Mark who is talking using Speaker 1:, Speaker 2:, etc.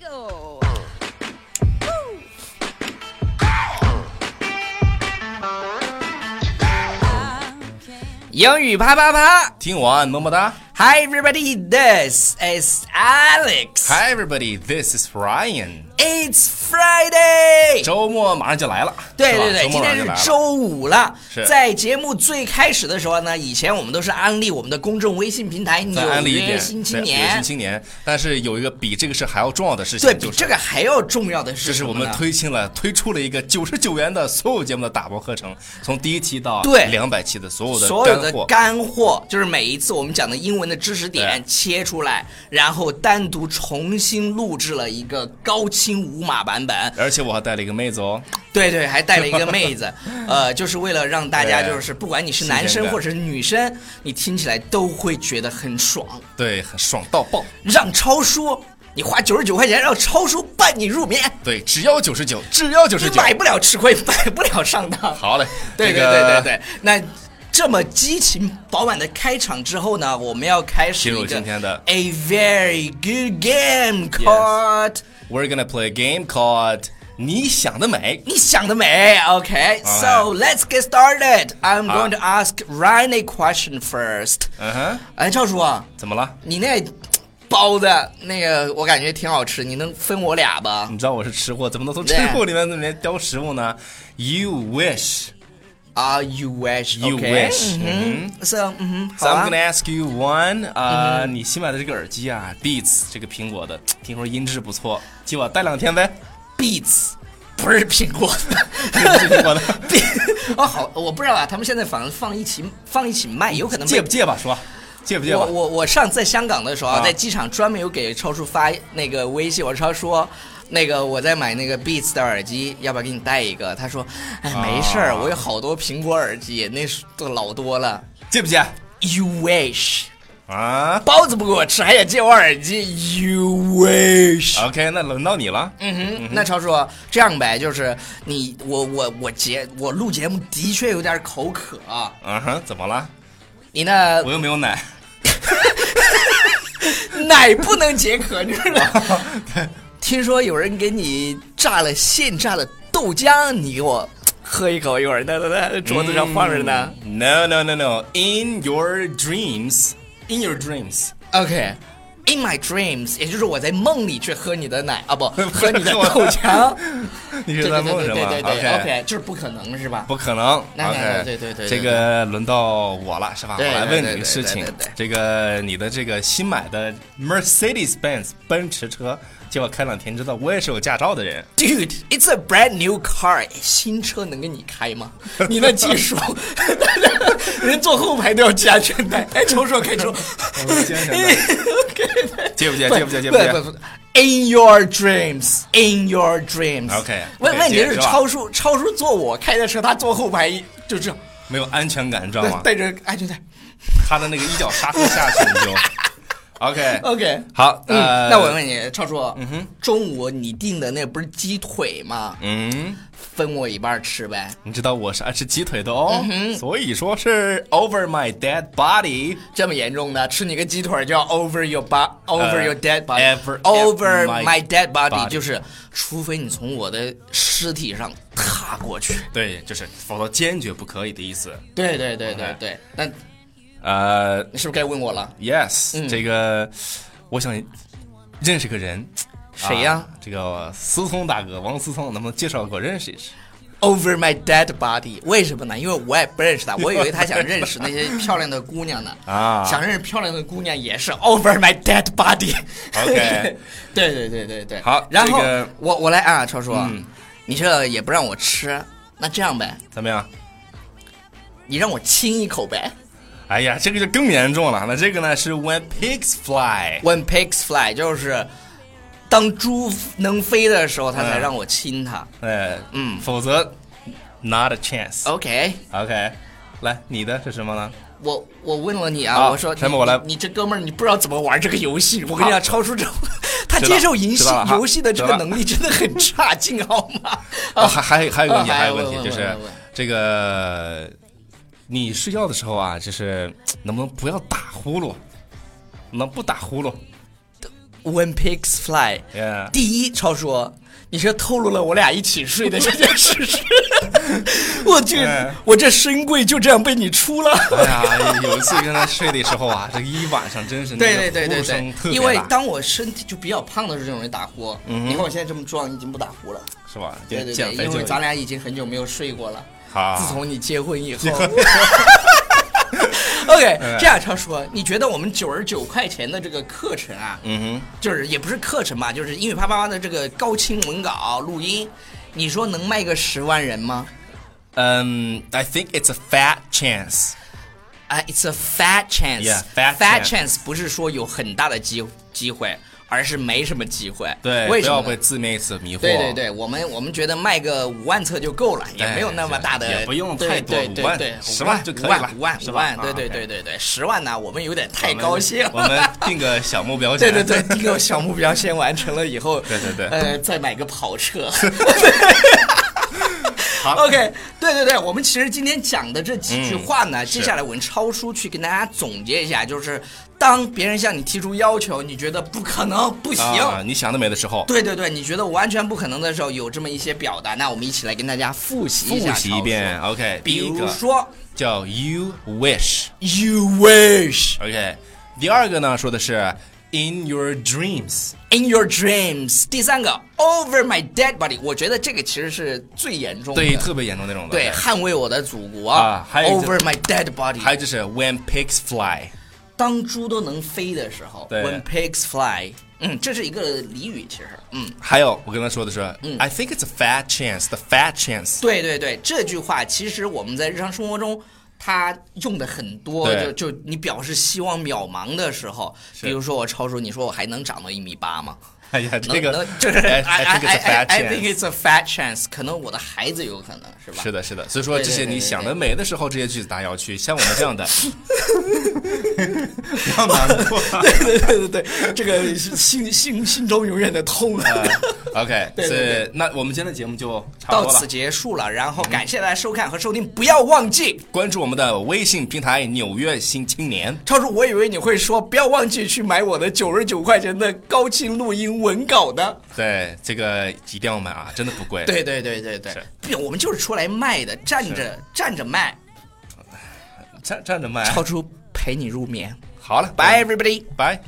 Speaker 1: go. Woo.
Speaker 2: 英语啪啪啪
Speaker 3: 听完么么哒。
Speaker 2: ！Hi everybody, this is Alex.
Speaker 3: Hi everybody, this is Ryan。
Speaker 2: It's Friday.
Speaker 3: 周末马上就来了，
Speaker 2: 哎对
Speaker 3: 是吧
Speaker 2: 对对，
Speaker 3: 周
Speaker 2: 今
Speaker 3: 末马
Speaker 2: 天
Speaker 3: 上就是来了。
Speaker 2: 周五了。
Speaker 3: 是
Speaker 2: 在节目最开始的时候呢，以前我们都是安利我们的公众微信平台《纽
Speaker 3: 再安利一
Speaker 2: 约
Speaker 3: 点，
Speaker 2: 新青
Speaker 3: 对纽约
Speaker 2: 年
Speaker 3: 新》。青年。但是有一个比这个事还要重要的事情，
Speaker 2: 对比
Speaker 3: 就是
Speaker 2: 这个还要重要的
Speaker 3: 这
Speaker 2: 是
Speaker 3: 是
Speaker 2: 什
Speaker 3: 我
Speaker 2: 么呢，
Speaker 3: 们推进了推出了一个九十九元的所有节目的打包课程，从第一期到
Speaker 2: 对
Speaker 3: 两百期的所有的
Speaker 2: 所有
Speaker 3: 干
Speaker 2: 的
Speaker 3: 货。
Speaker 2: 干货，就是每一次我们讲的英文的知识点
Speaker 3: 对
Speaker 2: 切出来，然后单独重新录制了一个高清无码版本。
Speaker 3: 而且我还带了一个妹子哦，
Speaker 2: 对对，还带了一个 妹子，呃，就是为了让大家
Speaker 3: 对
Speaker 2: 就是不管你是
Speaker 3: 新
Speaker 2: 男
Speaker 3: 鲜
Speaker 2: 生
Speaker 3: 感
Speaker 2: 或者是女生，你听起来都会觉得很爽。
Speaker 3: 对，很爽到爆，
Speaker 2: 让超叔，你花九十九块钱让超叔伴你入眠，
Speaker 3: 对，只要九十九，只要九
Speaker 2: 你
Speaker 3: 十九，
Speaker 2: 买不了吃亏，买不了上当。
Speaker 3: 好嘞，
Speaker 2: 对
Speaker 3: 这
Speaker 2: 对
Speaker 3: 个
Speaker 2: 对对对，那这么激情饱满的开场之后呢，我们要开始
Speaker 3: 进入
Speaker 2: 一个
Speaker 3: 今天的
Speaker 2: A very good game called
Speaker 3: We're gonna play a game called 你想得美。
Speaker 2: 你想得美，OK。So let's get started. I'm
Speaker 3: 好
Speaker 2: going to ask Ryan a question first.
Speaker 3: 嗯哼，
Speaker 2: 哎，赵叔，
Speaker 3: 怎么了？
Speaker 2: 你那包子那个我感觉挺好吃，你能分我俩吧？
Speaker 3: 你知道我是吃货，怎么能从吃
Speaker 2: 对
Speaker 3: 货里面里面挑食物呢？You wish,
Speaker 2: 啊，You wish,
Speaker 3: you
Speaker 2: OK
Speaker 3: wish 嗯哼。
Speaker 2: So，嗯哼，
Speaker 3: So I'm
Speaker 2: 好啊嗯
Speaker 3: gonna。ask you one，呃，你新买的这个耳机啊，Beats 这个苹果的，听说音质不错，借我戴两天呗。
Speaker 2: Beats 不是苹果的，
Speaker 3: 不是苹果的
Speaker 2: Beats- 哦，好，我不知道啊，他们现在反正放一起放一起卖，有可能
Speaker 3: 借
Speaker 2: 被
Speaker 3: 不借吧？说，借不借
Speaker 2: 我
Speaker 3: 吧？
Speaker 2: 我我上次在香港的时候，
Speaker 3: 啊
Speaker 2: 在机场专门有给超叔发那个微信，我超说。那个我在买那个 Beats 的耳机，要不要给你带一个？他说：“哎，没事儿，
Speaker 3: 啊
Speaker 2: 我有好多苹果耳机，那是都老多了。
Speaker 3: 借不借？
Speaker 2: ”You wish，
Speaker 3: 啊
Speaker 2: 包子不给我吃，还想借我耳机？You wish。
Speaker 3: ，OK，那轮到你了。
Speaker 2: 嗯哼，那超叔这样呗，就是你我我我节我录节目的确有点口渴，啊
Speaker 3: 嗯哼，怎么了？
Speaker 2: 你那
Speaker 3: 我又没有奶。
Speaker 2: 嗯 奶不能解渴，你知道吗？ 听说有人给你榨了现榨的豆浆，你给我喝一口，一会儿那那那桌子上放着呢。
Speaker 3: 嗯 No no no no. In your dreams, in your dreams.
Speaker 2: 嗯 OK。In my dreams，也就是我在梦里去喝你的奶 啊，不喝你的
Speaker 3: 我
Speaker 2: 豆 浆，
Speaker 3: 你是
Speaker 2: 对对
Speaker 3: 在
Speaker 2: 对
Speaker 3: 梦
Speaker 2: 对
Speaker 3: 什么
Speaker 2: 对对对
Speaker 3: ？OK。
Speaker 2: ，OK，就是不可能是吧？
Speaker 3: 不可能。
Speaker 2: 那
Speaker 3: OK，
Speaker 2: 对对对对
Speaker 3: 这个轮到我了，是吧？我
Speaker 2: 对
Speaker 3: 来
Speaker 2: 对
Speaker 3: 问你
Speaker 2: 对对
Speaker 3: 个事
Speaker 2: 对
Speaker 3: 情
Speaker 2: 对对，
Speaker 3: 这个你的这个新买的 Mercedes-Benz 奔驰车，结果开两天知道我也是有驾照的 人，
Speaker 2: Dude，it's a brand new car，新车能给你开 吗？你那技术， 人坐后排都要系安全带。哎，瞅瞅开 车，哦
Speaker 3: 系安全带 借不借？借不借？借不借？
Speaker 2: 不不？In your dreams, in your dreams.
Speaker 3: OK，
Speaker 2: 问
Speaker 3: OK，
Speaker 2: 问题
Speaker 3: 接着
Speaker 2: 是
Speaker 3: 是吧
Speaker 2: 超叔，超叔坐我开的车，他坐后排就这样，
Speaker 3: 没有安全感，你知道吗？
Speaker 2: 带着哎安全带。
Speaker 3: 他的那个一脚刹车下去你 就 OK
Speaker 2: OK
Speaker 3: 好，
Speaker 2: 嗯
Speaker 3: 呃，，
Speaker 2: 那我问你，超叔，中午你订的那不是鸡腿吗？
Speaker 3: 嗯，
Speaker 2: 分我一半吃呗。
Speaker 3: 你知道我是爱吃鸡腿的
Speaker 2: 嗯
Speaker 3: 哦，所以说是 over my dead body。
Speaker 2: 这么严重的，吃你个鸡腿儿就要 over your body, over
Speaker 3: 呃
Speaker 2: your dead body,
Speaker 3: ever-
Speaker 2: over
Speaker 3: my
Speaker 2: my dead body，
Speaker 3: body
Speaker 2: 就是除非你从我的尸体上踏过去。
Speaker 3: 对，就是否则坚决不可以的意思。
Speaker 2: 对对对对
Speaker 3: OK
Speaker 2: 对，那
Speaker 3: 呃，
Speaker 2: 你是不是该问我了？
Speaker 3: Yes，、这个我想认识个人，
Speaker 2: 谁呀
Speaker 3: 啊这个思聪大哥，王思聪，能不能介绍给我认识一识？
Speaker 2: Over my dead body，为什么呢？因为我也不认识 他，我以为他想认识那些漂亮的姑娘呢。
Speaker 3: 啊
Speaker 2: 想认识漂亮的姑娘也是 over my dead body。
Speaker 3: OK
Speaker 2: 对对对对对。
Speaker 3: 好
Speaker 2: 然后、
Speaker 3: 这个嗯
Speaker 2: 我我来啊，超叔，你这也不让我吃，那这样呗，
Speaker 3: 怎么样？
Speaker 2: 你让我亲一口呗。
Speaker 3: 哎呀，这个就更严重了。那这个呢是 When pigs fly，
Speaker 2: When pigs fly，就是当猪能飞的时候，他
Speaker 3: 嗯
Speaker 2: 才让我亲它。
Speaker 3: 呃，
Speaker 2: 嗯
Speaker 3: 否则 not a chance。
Speaker 2: OK，
Speaker 3: OK，来，你的是什么呢？
Speaker 2: 我我问了你啊，
Speaker 3: 好
Speaker 2: 我说
Speaker 3: 陈
Speaker 2: 你
Speaker 3: 某我来啊
Speaker 2: 你你这哥们儿，你不知道怎么玩这个游戏。我跟你讲，超叔这他
Speaker 3: 知道
Speaker 2: 接受游戏
Speaker 3: 知道了哈
Speaker 2: 游戏的这个
Speaker 3: 知道了
Speaker 2: 能力真的很差劲，好吗？
Speaker 3: 哦，还还有还有一个问题，
Speaker 2: 啊
Speaker 3: 还有
Speaker 2: 还
Speaker 3: 个
Speaker 2: 有
Speaker 3: 问题
Speaker 2: 问
Speaker 3: 就是
Speaker 2: 问问问
Speaker 3: 这个，你睡觉的时候啊，就是能不能不要打呼噜？能不打呼噜？
Speaker 2: When Pigs Fly》
Speaker 3: Yeah
Speaker 2: 第一，超说，你是透露了我俩一起睡的这件 事实。我这、
Speaker 3: 哎
Speaker 2: 我这深柜就这样被你出了。
Speaker 3: 哎呀，有一次跟他睡的时候啊，这一晚上真是那
Speaker 2: 对
Speaker 3: 个
Speaker 2: 对对对
Speaker 3: 呼噜声特
Speaker 2: 对，
Speaker 3: 别
Speaker 2: 因为
Speaker 3: 大嗯
Speaker 2: 当我身体就比较胖的时候，就容易打呼。你看我现在这么壮，已经不打呼了。
Speaker 3: 是吧？
Speaker 2: 对对
Speaker 3: 减
Speaker 2: 对，
Speaker 3: 肥
Speaker 2: 因
Speaker 3: 就
Speaker 2: 为咱俩已经很久没有睡过了。
Speaker 3: 好，
Speaker 2: 自从你结婚以后。OK，这
Speaker 3: 嗯
Speaker 2: 样超说，你觉得我们九十九块钱的这个课程啊，
Speaker 3: 嗯
Speaker 2: 就是也不是课程吧，就是英语啪啪啪的这个高清文稿录音，你说能卖个十万人吗？
Speaker 3: 哼，嗯，I think it's a fat chance。
Speaker 2: 啊、i t s a fat chance。
Speaker 3: Yeah, fat
Speaker 2: chance 不是说有很大的机机会，而是没什么机会。
Speaker 3: 对，
Speaker 2: 为
Speaker 3: 不
Speaker 2: 什
Speaker 3: 要
Speaker 2: 么
Speaker 3: 被
Speaker 2: 呢？
Speaker 3: 字面所迷惑。
Speaker 2: 对对对，我们我们觉得卖个五万册就够了，也没有那么大的，
Speaker 3: 也不用太多
Speaker 2: 对对
Speaker 3: 五万
Speaker 2: 对对，
Speaker 3: 10
Speaker 2: 五
Speaker 3: 万就可以了
Speaker 2: 五万
Speaker 3: 是
Speaker 2: 五
Speaker 3: 吧
Speaker 2: 万，对对
Speaker 3: 啊
Speaker 2: 对对对，十万呢，我们有点太
Speaker 3: 我们，
Speaker 2: 高兴了。
Speaker 3: 我们定个小目标
Speaker 2: 对
Speaker 3: 先。
Speaker 2: 对对，定个小目标先完成了以后，对
Speaker 3: 对对
Speaker 2: 呃，再买个跑车。
Speaker 3: 好
Speaker 2: OK，对对对，我们其实今天讲的这几句话呢，
Speaker 3: 嗯是
Speaker 2: 接下来我们超叔去跟大家总结一下，就是当别人向你提出要求，你觉得不可能、不行，
Speaker 3: 啊，你想得美的时候，
Speaker 2: 对对对，你觉得完全不可能的时候，有这么一些表达，那我们一起来跟大家复习一下。
Speaker 3: 复习一遍。
Speaker 2: 超叔，
Speaker 3: OK，第
Speaker 2: 比
Speaker 3: 一
Speaker 2: 如
Speaker 3: 个
Speaker 2: 说
Speaker 3: 叫 You wish。
Speaker 2: ，You wish
Speaker 3: OK，第二个呢说的是 In your dreams。
Speaker 2: in your dreams。第三个，Over my dead body。我觉得这个其实是最严重的，
Speaker 3: 对，特别严重那种的。
Speaker 2: 对，捍卫我的祖国
Speaker 3: 啊还有一个
Speaker 2: Over my dead body。
Speaker 3: 还有就是 When pigs fly，
Speaker 2: 当猪都能飞的时候
Speaker 3: 对
Speaker 2: ，When pigs fly，嗯，这是一个俚语，其实，嗯，
Speaker 3: 还有我刚才说的是、I think it's a fat chance，the fat chance。
Speaker 2: 对对对，这句话其实我们在日常生活中。它用的很多，
Speaker 3: 对
Speaker 2: 就就你表示希望渺茫的时候，比如说我超叔，你说我还能长到一米八吗？
Speaker 3: 哎呀，这
Speaker 2: 能
Speaker 3: 个
Speaker 2: 能呃就是
Speaker 3: I,
Speaker 2: I
Speaker 3: I think it's a
Speaker 2: I
Speaker 3: fat
Speaker 2: 哎 I think
Speaker 3: chance。
Speaker 2: it's a fat chance，可能我的孩子有可能是吧？
Speaker 3: 是的，是的，所以说
Speaker 2: 对
Speaker 3: 这
Speaker 2: 对
Speaker 3: 些
Speaker 2: 对
Speaker 3: 你
Speaker 2: 对
Speaker 3: 想
Speaker 2: 对
Speaker 3: 得美的时候，这些句子大家要去像我们这样 的，不要难过。
Speaker 2: 对对对对，这个心心心中永远的痛。
Speaker 3: 呃 OK，
Speaker 2: 对对对
Speaker 3: 是那我们今天的节目就差不
Speaker 2: 到
Speaker 3: 多了
Speaker 2: 此。结束了，然后感谢大家收看和收听，不要忘记。
Speaker 3: 关注我们的微信平台《纽约新青年》。
Speaker 2: 超叔，我以为你会说不要忘记去买我的九十九块钱的高清录音文稿呢。
Speaker 3: 对，这个一定要买啊，真的不贵。
Speaker 2: 对对对对对
Speaker 3: 是，
Speaker 2: 不我们就是出来卖的，站着站着卖。
Speaker 3: 站站着卖。
Speaker 2: 超叔陪你入眠
Speaker 3: 好了，
Speaker 2: ，Bye everybody。
Speaker 3: 拜。